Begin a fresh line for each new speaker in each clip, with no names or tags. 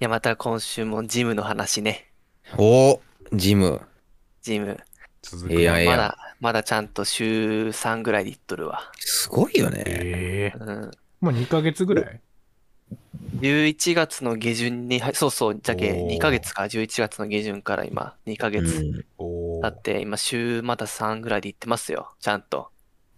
や、また今週もジムの話ね。
おジム。
ジム。
続
ええやん、ええ
ま
やん。
だ、まだちゃんと週3ぐらいで行っとるわ。
すごいよね。
ええ
うん。
まあ2ヶ月ぐらい
11月の下旬に、はいそうそう、じゃけ
おー
2ヶ月か、11月の下旬から今、2ヶ月
うん
お
経って、今週まだ3ぐらいで行ってますよ、ちゃんと。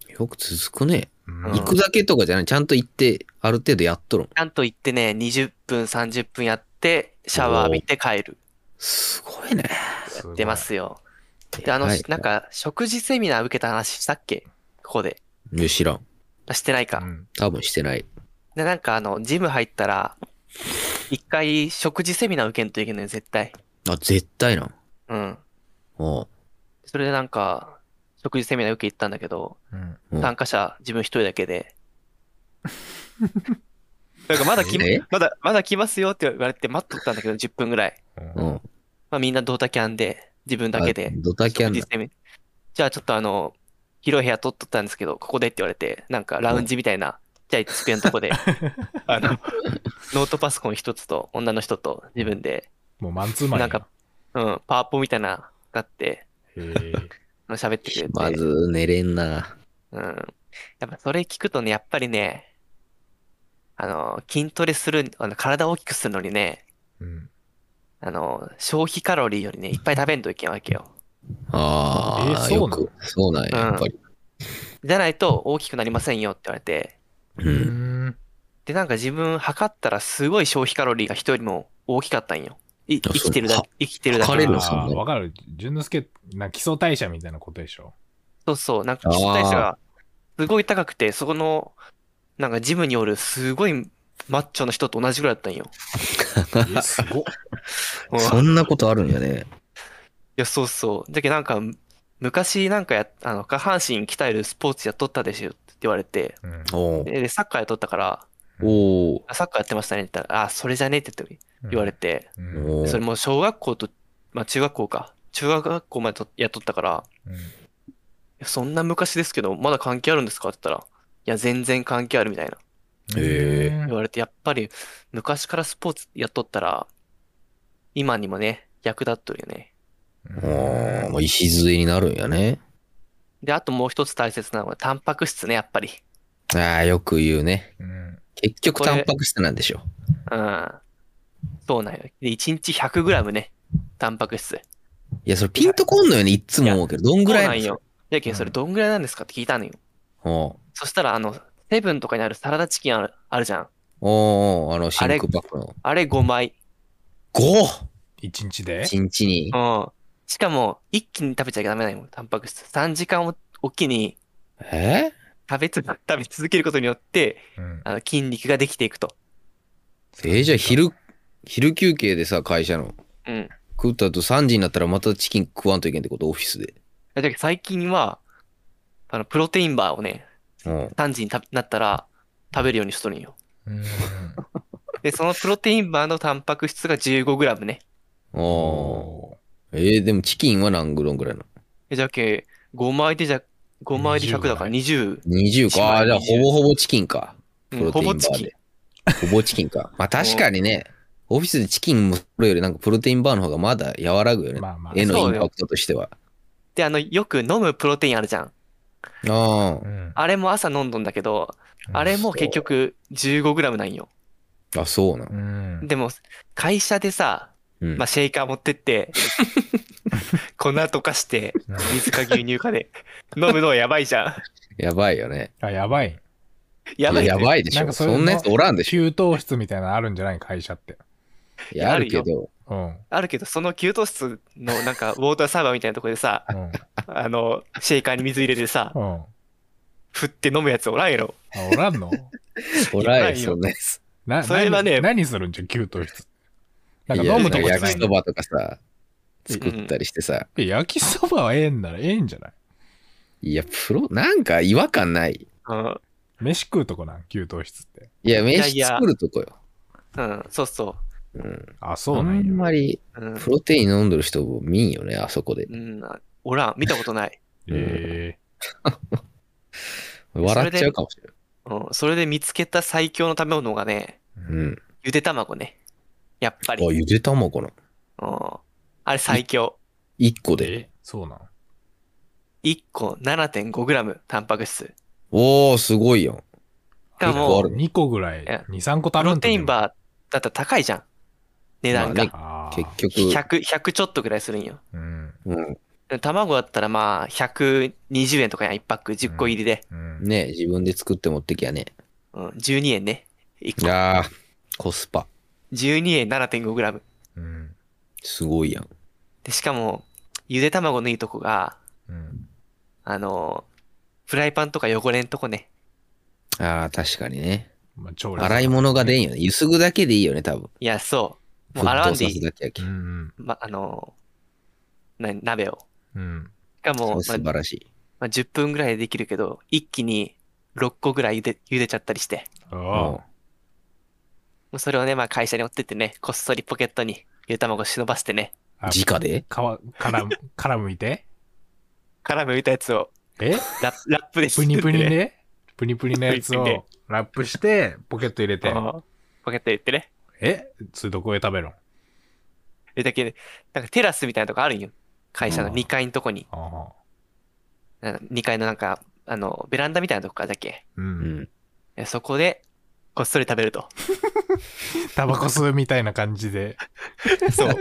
よく続くね。
うん
うん
行くだけとかじゃない。ちゃんと行って、ある程度やっとるん。
ちゃんと行ってね、20分、30分やって、シャワー浴びて帰る。
すごいね。
すごい
出ますよ。で、あの、
はい
なんか、食事セミナー受けた話したっけここで。
いや知らん。
あしてないか
う。ん
多分してない。
で、なんかあの、ジム入ったら、一回食事セミナー受けんといけないよ、絶対。
あ、絶対な。
うん。
おう
それでなんか、食事セミナー受け行ったんだけど、
うん
うん
参加者自分一人だけ で。なんかまだ来ま
え、
まだ、まだ来ますよって言われて待っとったんだけど、10分ぐらい。
うん。
まあみんなドタキャンで、自分だけで
あ。ドタキャン
食
だ
事。セミじゃあちょっとあの、広い部屋取っとったんですけど、ここでって言われて、なんかラウンジみたいな、じゃあ机のとこ で、あの、ノートパソコン一つと、女の人と自分で、
もうマンツーマン
な
や
んか、うん、パワポみたいな、があって、
へえ
喋ってくれて。
まず寝れんな。
うん。やっぱそれ聞くとね、やっぱりね、あの、筋トレする、あの、体を大きくするのにね、
うん
あの、消費カロリーよりね、いっぱい食べんといけんわけよ。
ああ、
えーそ
よ
うなの
く。そうなんや、やっぱり。
じゃないと大きくなりませんよって言われて、
う。
うんん
で、なんか自分測ったらすごい消費カロリーが人よりも大きかったんよ。い、
あ
生きてるだ
そう、
生きてるだけ
測れる
の
のそんな
あーわかる淳之介なんか基礎代謝みたいなことで しょ
そうそう、なんか基礎代謝がすごい高くて、そこの、なんかジムにおるすごいマッチョの人と同じぐらいだったんよ。
えすごっ
うん
そんなことあるんや
い
ね。
や、そうそう。だけどなんか、む昔なんかや、あの、下半身鍛えるスポーツやっとったでしょって言われて、
うん
おう
で、でサッカーやっとったから、
おう
あサッカーやってましたねって言ったら、あ、それじゃねえって言って言われて、
うん
おう
それもう小学校と、まあ中学校か、中学校までとやっとったから、
うん
いやそんな昔ですけど、まだ関係あるんですかって言ったら、いや、全然関係あるみたいな。
へ
うん
言われて、やっぱり昔からスポーツやっとったら、今にもね、役立っとるよね。
おうまあ礎になるんやね。
で、あともう一つ大切なのは、タンパク質ね、やっぱり。
ああ、よく言うね。
うん
結局、
これ
タンパク質なんでしょ。
うん。そうなんよ。で、1日 100g ね、タンパク質。
いや、それピンとこんのよね、いっつも思うけど、どんぐら
そ
い
う
の
なんよ。やけん、それどんぐらいなんですかって聞いたのよ。
おう
そしたら、あの、セブンとかにあるサラダチキンあるあるじゃん。
おうおうあの、シンクパックの。
あれ5枚。
5!
一日で
一日に。
うん。しかも、一気に食べちゃいけダメないもん、タンパク質。3時間おおきに
え
食べつ、 食べ続けることによって、
うん
あの筋肉ができていくと。
えーじゃあ昼、昼休憩でさ、会社の。
うん。
食った後3時になったらまたチキン食わんといけんってこと、オフィスで。
だけど最近は、あの、プロテインバーをね、
うん。
3時にたなったら食べるようにしとるんよ。
うん
で、そのプロテインバーのタンパク質が 15g ね。
おーえー、でもチキンは何グロンぐらいの
えじゃけ、5枚でじゃ、5枚で100だから20、
?20
一枚
か。あーじゃあ
20
ほぼほぼチキンか。
う
プ
ん
ロ
ほ
テインバ
ぼ
ー
チキン
で。。ほぼチキンか。 まあ確かにね、オフィスでチキンもそれよりなんかプロテインバーの方がまだ和らぐよね。
まあまあ
絵の
そう
イ
よ
ンパクトとしては。
で、あの、よく飲むプロテインあるじゃん。
あ
う
あ
ん
あれも朝飲んどんだけど、あれも結局 15g なんよ。
あ、そうなの
う。ん
でも、会社でさ、
うん
まあ、シェイカー持って って、粉溶かして、水か牛乳かで、飲むのはやばいじゃん。
やばいよね。
あやばい
やばい
い
ね
ややばいでし
なん
ょ。
か
そ
それ
んなやつおらんでしょ。
給湯室みたいなのあるんじゃない会社って
いや、あるけど。
うん
あるけど、その給湯室のなんか、ウォーターサーバーみたいなところでさ、
うん
あの、シェイカーに水入れてさ
う、んあ
振って飲むやつおらんやろ。
おらんの
おらん
いやい
よ、
や
そんなやつ。
な
それはね
何何するんじゃん給湯室なんか
いや
飲むとこじゃな
焼き
いの
そばとかさ、作ったりしてさ。
え焼きそばはええんならええんじゃない
いや、プロ、なんか違和感ない。
うん。
飯食うとこなん給湯室って
いや、
い
飯
や
作るとこよ。
うん、そうそ
うん。
あそ
あ
うなん
ん
や
まり、
う。うん
プロテイン飲んでる人も見んよね、あそこで。
うん。おらん。見たことない。
え
笑っちゃうかもしれない。
うん。それで見つけた最強の食べ物がね、
え
うん。
ゆで卵ね。やっぱ
あ、
り。うん
ゆで卵な。
あれ最強。
1個で。
えそうなの
1個 7.5g タンパク質。
おー、すごいやん。
しか
結構あ
も
る、
2個ぐらい、
いや
2、3個
プ
食べ
ロ
んと
テイ
ね
ンバーだったら高いじゃん。値段が。
ま
あー
結局。
100、100ちょっとぐらいするんよ。
うん。
うん。
でも卵だったらまあ、120円とかやん、1パック10個入りで。
うん。
ね自分で作って持ってきゃね。
うん、12円ね。1
い
個。
やー、コスパ。
12円 7.5g。
うん。
すごいやん。
で、しかも、ゆで卵のいいとこが、
うん。
あの、フライパンとか汚れんとこね。
あー、確かにね。
まあ、調理
洗い物が出んよね。ゆすぐだけでいいよね、多分。
いや、そう。もう
沸
洗わ
騰
んで
さ
い
せ
い。
だけやけ
う。ん。
ま、あの、な鍋を。
うん。
しかも、
素
まあ
晴らしい。
まあ、10分ぐらいでできるけど、一気に6個ぐらいゆで、茹でちゃったりして。
あ
うん
あ。
もうそれをね、まあ会社に持ってってね、こっそりポケットにゆで卵忍ばせてね、
あ
直で
皮、から、からむいて。
殻むいたやつを
え
ラップラップで
プニプ
包ん
ニ
でね。
ね。プニプニのやつ
プニプニね
をラップして、ポケット入れて。
ああポケット入れてね。
えそれどこで食べるん
で、だけ、なんかテラスみたいなとこあるんよ。会社の2階のとこに。
ああ。
2階のなんか、あの、ベランダみたいなとこか、だっけ。
う。
うんん。
えそこで、こっそり食べると。
タバコ吸うみたいな感じで。
そう。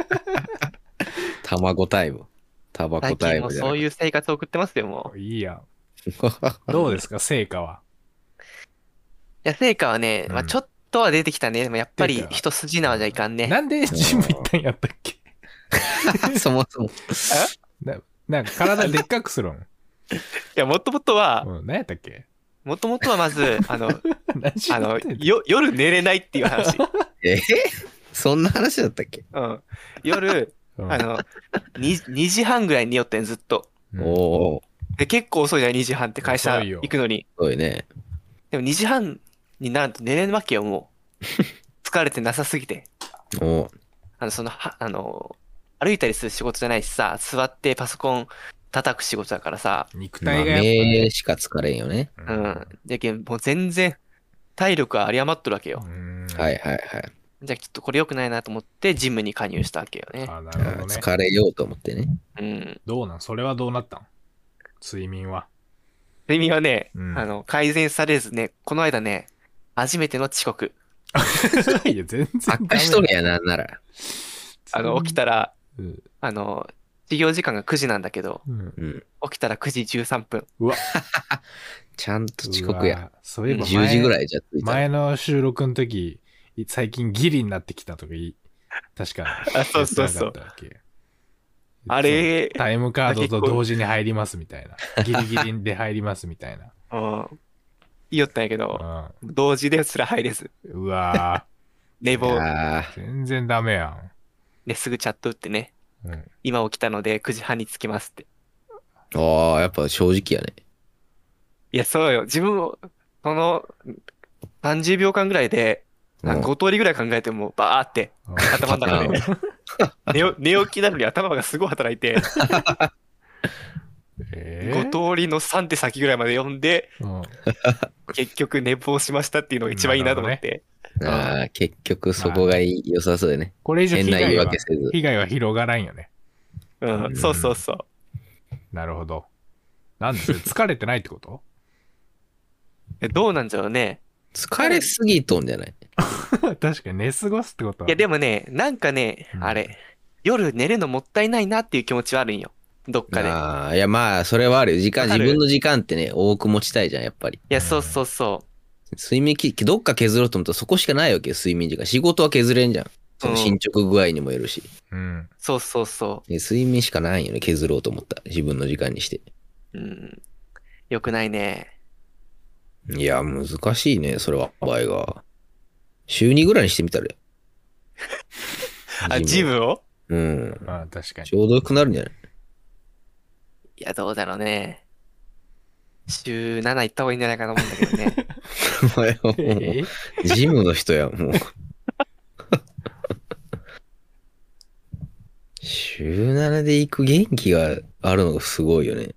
卵タイム。タバコ
最
タイ
近も
ム
う
じゃな
そう
い。
いう生活を送ってますよ、もう。い
いいやん。どうですか成果は。
や、成果はね、
うん
まあちょっとは出てきたね。でもやっぱり
出てきた
一筋縄じゃいかんね。
なんでジム行ったんやったっけ
そもそも。
なんか体でっかくするん。
いや、もともとは、
うん。何やったっけ
もともとはまず、あの、
何し
あ
ろっ
の
てん、の
よ、夜寝れないっていう話。
えそんな話だったっけ
うん。夜、
うん
あの、2, 2時半ぐらいに寄ってん、ずっと。
うん
おー、
で、結構遅いじゃん、2時半って会社
遅いよ
行くのに。
すごいね。
でも2時半になると寝れるわけよ、もう。疲れてなさすぎて。
おー、
あの、その、は、あの、歩いたりする仕事じゃないしさ、座ってパソコン叩く仕事だからさ、
肉
まあ、
体がやっぱね
目しか疲れんよね。
う。ん。じゃけん、もう全然、体力は有り余っとるわけよ。
うん
はい。はいはい。
じゃあきっとこれ良くないなと思って、ジムに加入したわけよね。
あ、な
あ
るほ
ー
どね。
疲れようと思って ね。
うん。
どうなんそれはどうなったん睡眠は。
睡眠はね、
うん
あの、改善されずね、この間ね、初めての遅刻。
いや、全然ダ
悪
メ。
化しとるやんなんなら。
あの、起き
た。
たら、
うん
あの、授業時間が9時なんだけど、
うん
うん。
起きたら9時13分。
ちゃんと遅刻
う
や。
わ。そういえば前、
10時ぐらいじゃ着いた。
前の収録の時、い最近ギリになってきたとか言い、確かに。
あそうそうそう
言ってなかったっけ
あれ、
タイムカードと同時に入りますみたいな。 ギリギリで入りますみたい
うん、言いよったんやけど、
な。
同時ですら入れず、
うん、うわ
寝坊、
あ
ぁ、全然ダメや
ね、すぐチャット打ってね、
ん。 うん、
今起きたので9時半に着きますって。
ーあー、やっぱ正直やね。
いや、そうよ。自分も、その、30秒間ぐらいで、
うん
5通りぐらい考えても、バーって、
うん
頭の中で、 寝よ寝起きなのに頭がすごい働いて、
えー
5通りの3手先ぐらいまで読んで、
うん
結局寝坊しましたっていうのが一番いいなと思って。
ああ、結局そこがいい良さそうでね。
これ以上
変
被
な言
害
い
は
訳せず。
被害は広がらんよね。
う、
うんん
そうそうそう。
なるほど。なんで それ疲れてないってこと
えどうなんじゃろうね。
疲れすぎとんじゃない
確かに寝過ごすってことはい
や、でもね、なんかね
う、ん
あれ、夜寝るのもったいないなっていう気持ちはあるんよ。どっかで。い
ああ、いやまあ、それはあるよ。時間、
わか
自
る
分の時間ってね、多く持ちたいじゃん、やっぱり。
や、そうそうそ
睡眠き、どっか削ろうと思ったらそこしかないわけよ、睡眠時間。仕事は削れんじゃん。その進捗具合にもよるし。
うん。
う。そうそうそ
で睡眠しかないよね、削ろうと思ったら。自分の時間にして。
う。うん。よくないね。。
いや、難しいね、それは、場合が。週2ぐらいにしてみたらよ
あ、ジムを
うん。
まあ確かに
ち。ょうどよくなるんじゃない
いや、どうだろうね。週7行った方がいいんじゃないかと思うんだけど ね。
お前はもう、
え
ジムの人や、もう。 週7で行く元気があるのがすごいよね。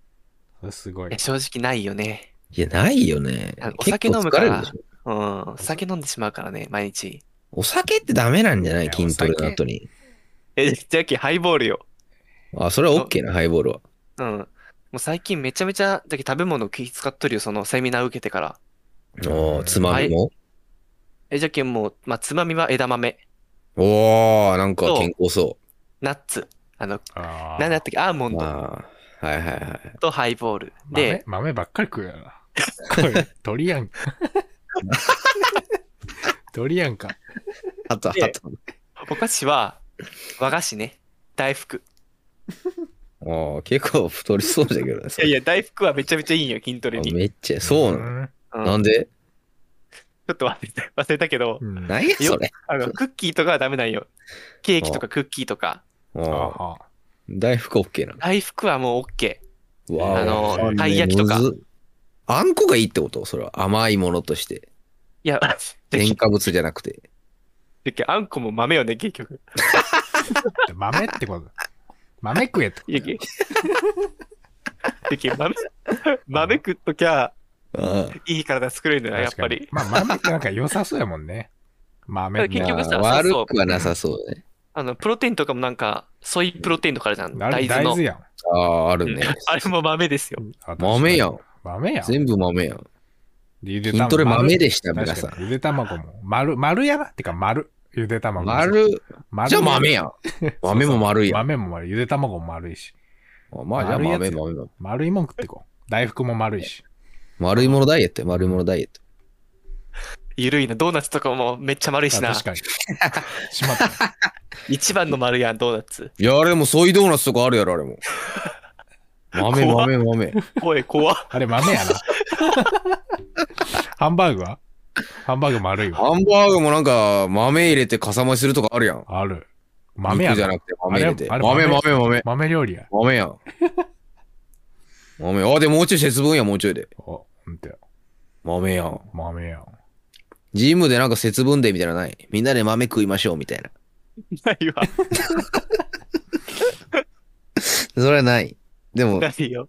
ーすご
い
い
や。正直ないよね。
いや、ないよね
あの。
結構
お酒飲むから
疲れるでしょ
うん。お酒飲んでしまうからね、毎日。
お酒ってダメなんじゃない
いや
筋トレの後に。
え、ジャッキーハイボールよ。
あ、それは OK な、ハイボールは。
うん。もう最近めちゃめちゃ、だけ食べ物気使っとるよ、そのセミナー受けてから。
おーつまみも、
え、じゃけんもう、まあ、つまみは枝豆、
おー、なんか健康そ
ナッツ、あの、
あー
なんだったっけ、アーモ
う。
ンド
まあ、はいはいはい。
とハイボール。
豆
で、、
豆ばっかり食うやな。これ、鳥 やんか。鳥やんか。
あと、あ
で
と。
お菓子は、和菓子ね。大福。
おー結構太りそうだけどね。
いやいや、大福はめちゃめちゃいいんよ、筋トレ
あ
に。
めっちゃ、そうなの、
の
うん
なんで
ちょっと忘れた、忘れたけど、
うん。
何やそれ。
あの、クッキーとかはダメなんよ。ケーキとかクッキーとか。
あ
おー
は
大福 OK なの。
大福はもう OK。
うわー
あの
わかんねえ
たい焼きとか
むずあんこがいいってことそれは。甘いものとして。
いや、
添加物じゃなくて。
だけどあんこも豆よね、結局。
で豆ってこと豆食えってこと
いやけだけど豆、豆食っときゃ、
ああ
いい体作れるんだよ、やっ
確
ぱ
かに
り。
まあ、豆ってなんか良さそうやもんね。豆って
結局さ
まあ
そうそう
悪くはなさそうね。
あの、プロテインとかもなんか、ソイプロテインとかあるじゃん。
あれ
大豆
大
の
豆。やん。
ああ、ある
うん
ね。
あれも豆ですよ。
豆やん。
豆や ん。
全部豆やん。
ゆで
筋
卵
トレ豆でした、
確
皆さ
か
ん。
にゆで卵も。丸、丸やなってか丸。ゆで卵。
丸、
丸
じゃあ豆やん。 豆も丸いやん。
豆も丸い。ゆで卵も丸いし。
まあじゃあ
丸いやつ
豆、豆、豆。
丸いもん食ってこう。大福も丸いし。
丸いものダイエットよ丸いものダイエット。
ゆるいな。ドーナツとかもめっちゃ丸いし
あ
な
確。かに。 しまった。
一番の丸やん、ドーナツ。
いや、あれもソイドーナツとかあるやろ、あれ も。豆、
怖
豆、豆。
おい、怖っ。
あれ豆やな。 ハンバーグはハンバーグ丸いわ。
ハンバーグもなんか、豆入れてかさ増しするとかあるやん。
ある。豆や
肉じゃ
な。
なくて豆入れて。
あれ
豆、
あれ
豆、
豆
豆、豆。
豆料理や。
豆やん。豆。あ、でももうちょい節分や、もうちょいで。
お、ほんとや。
豆やん。
豆やん。
ジムでなんか節分デーみたいなのない。みんなで豆食いましょうみたいな。
ないわ。
それはない。でも、
ないよ。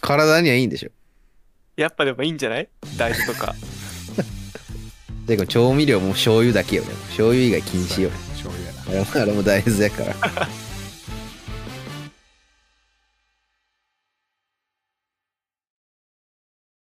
体にはいいんでしょ。
やっぱでもいいんじゃない大豆とか。
でこれ調味料も醤油だけよね。醤油以外禁止よ。
醤油
あれ
やな。
もあれも大豆やから。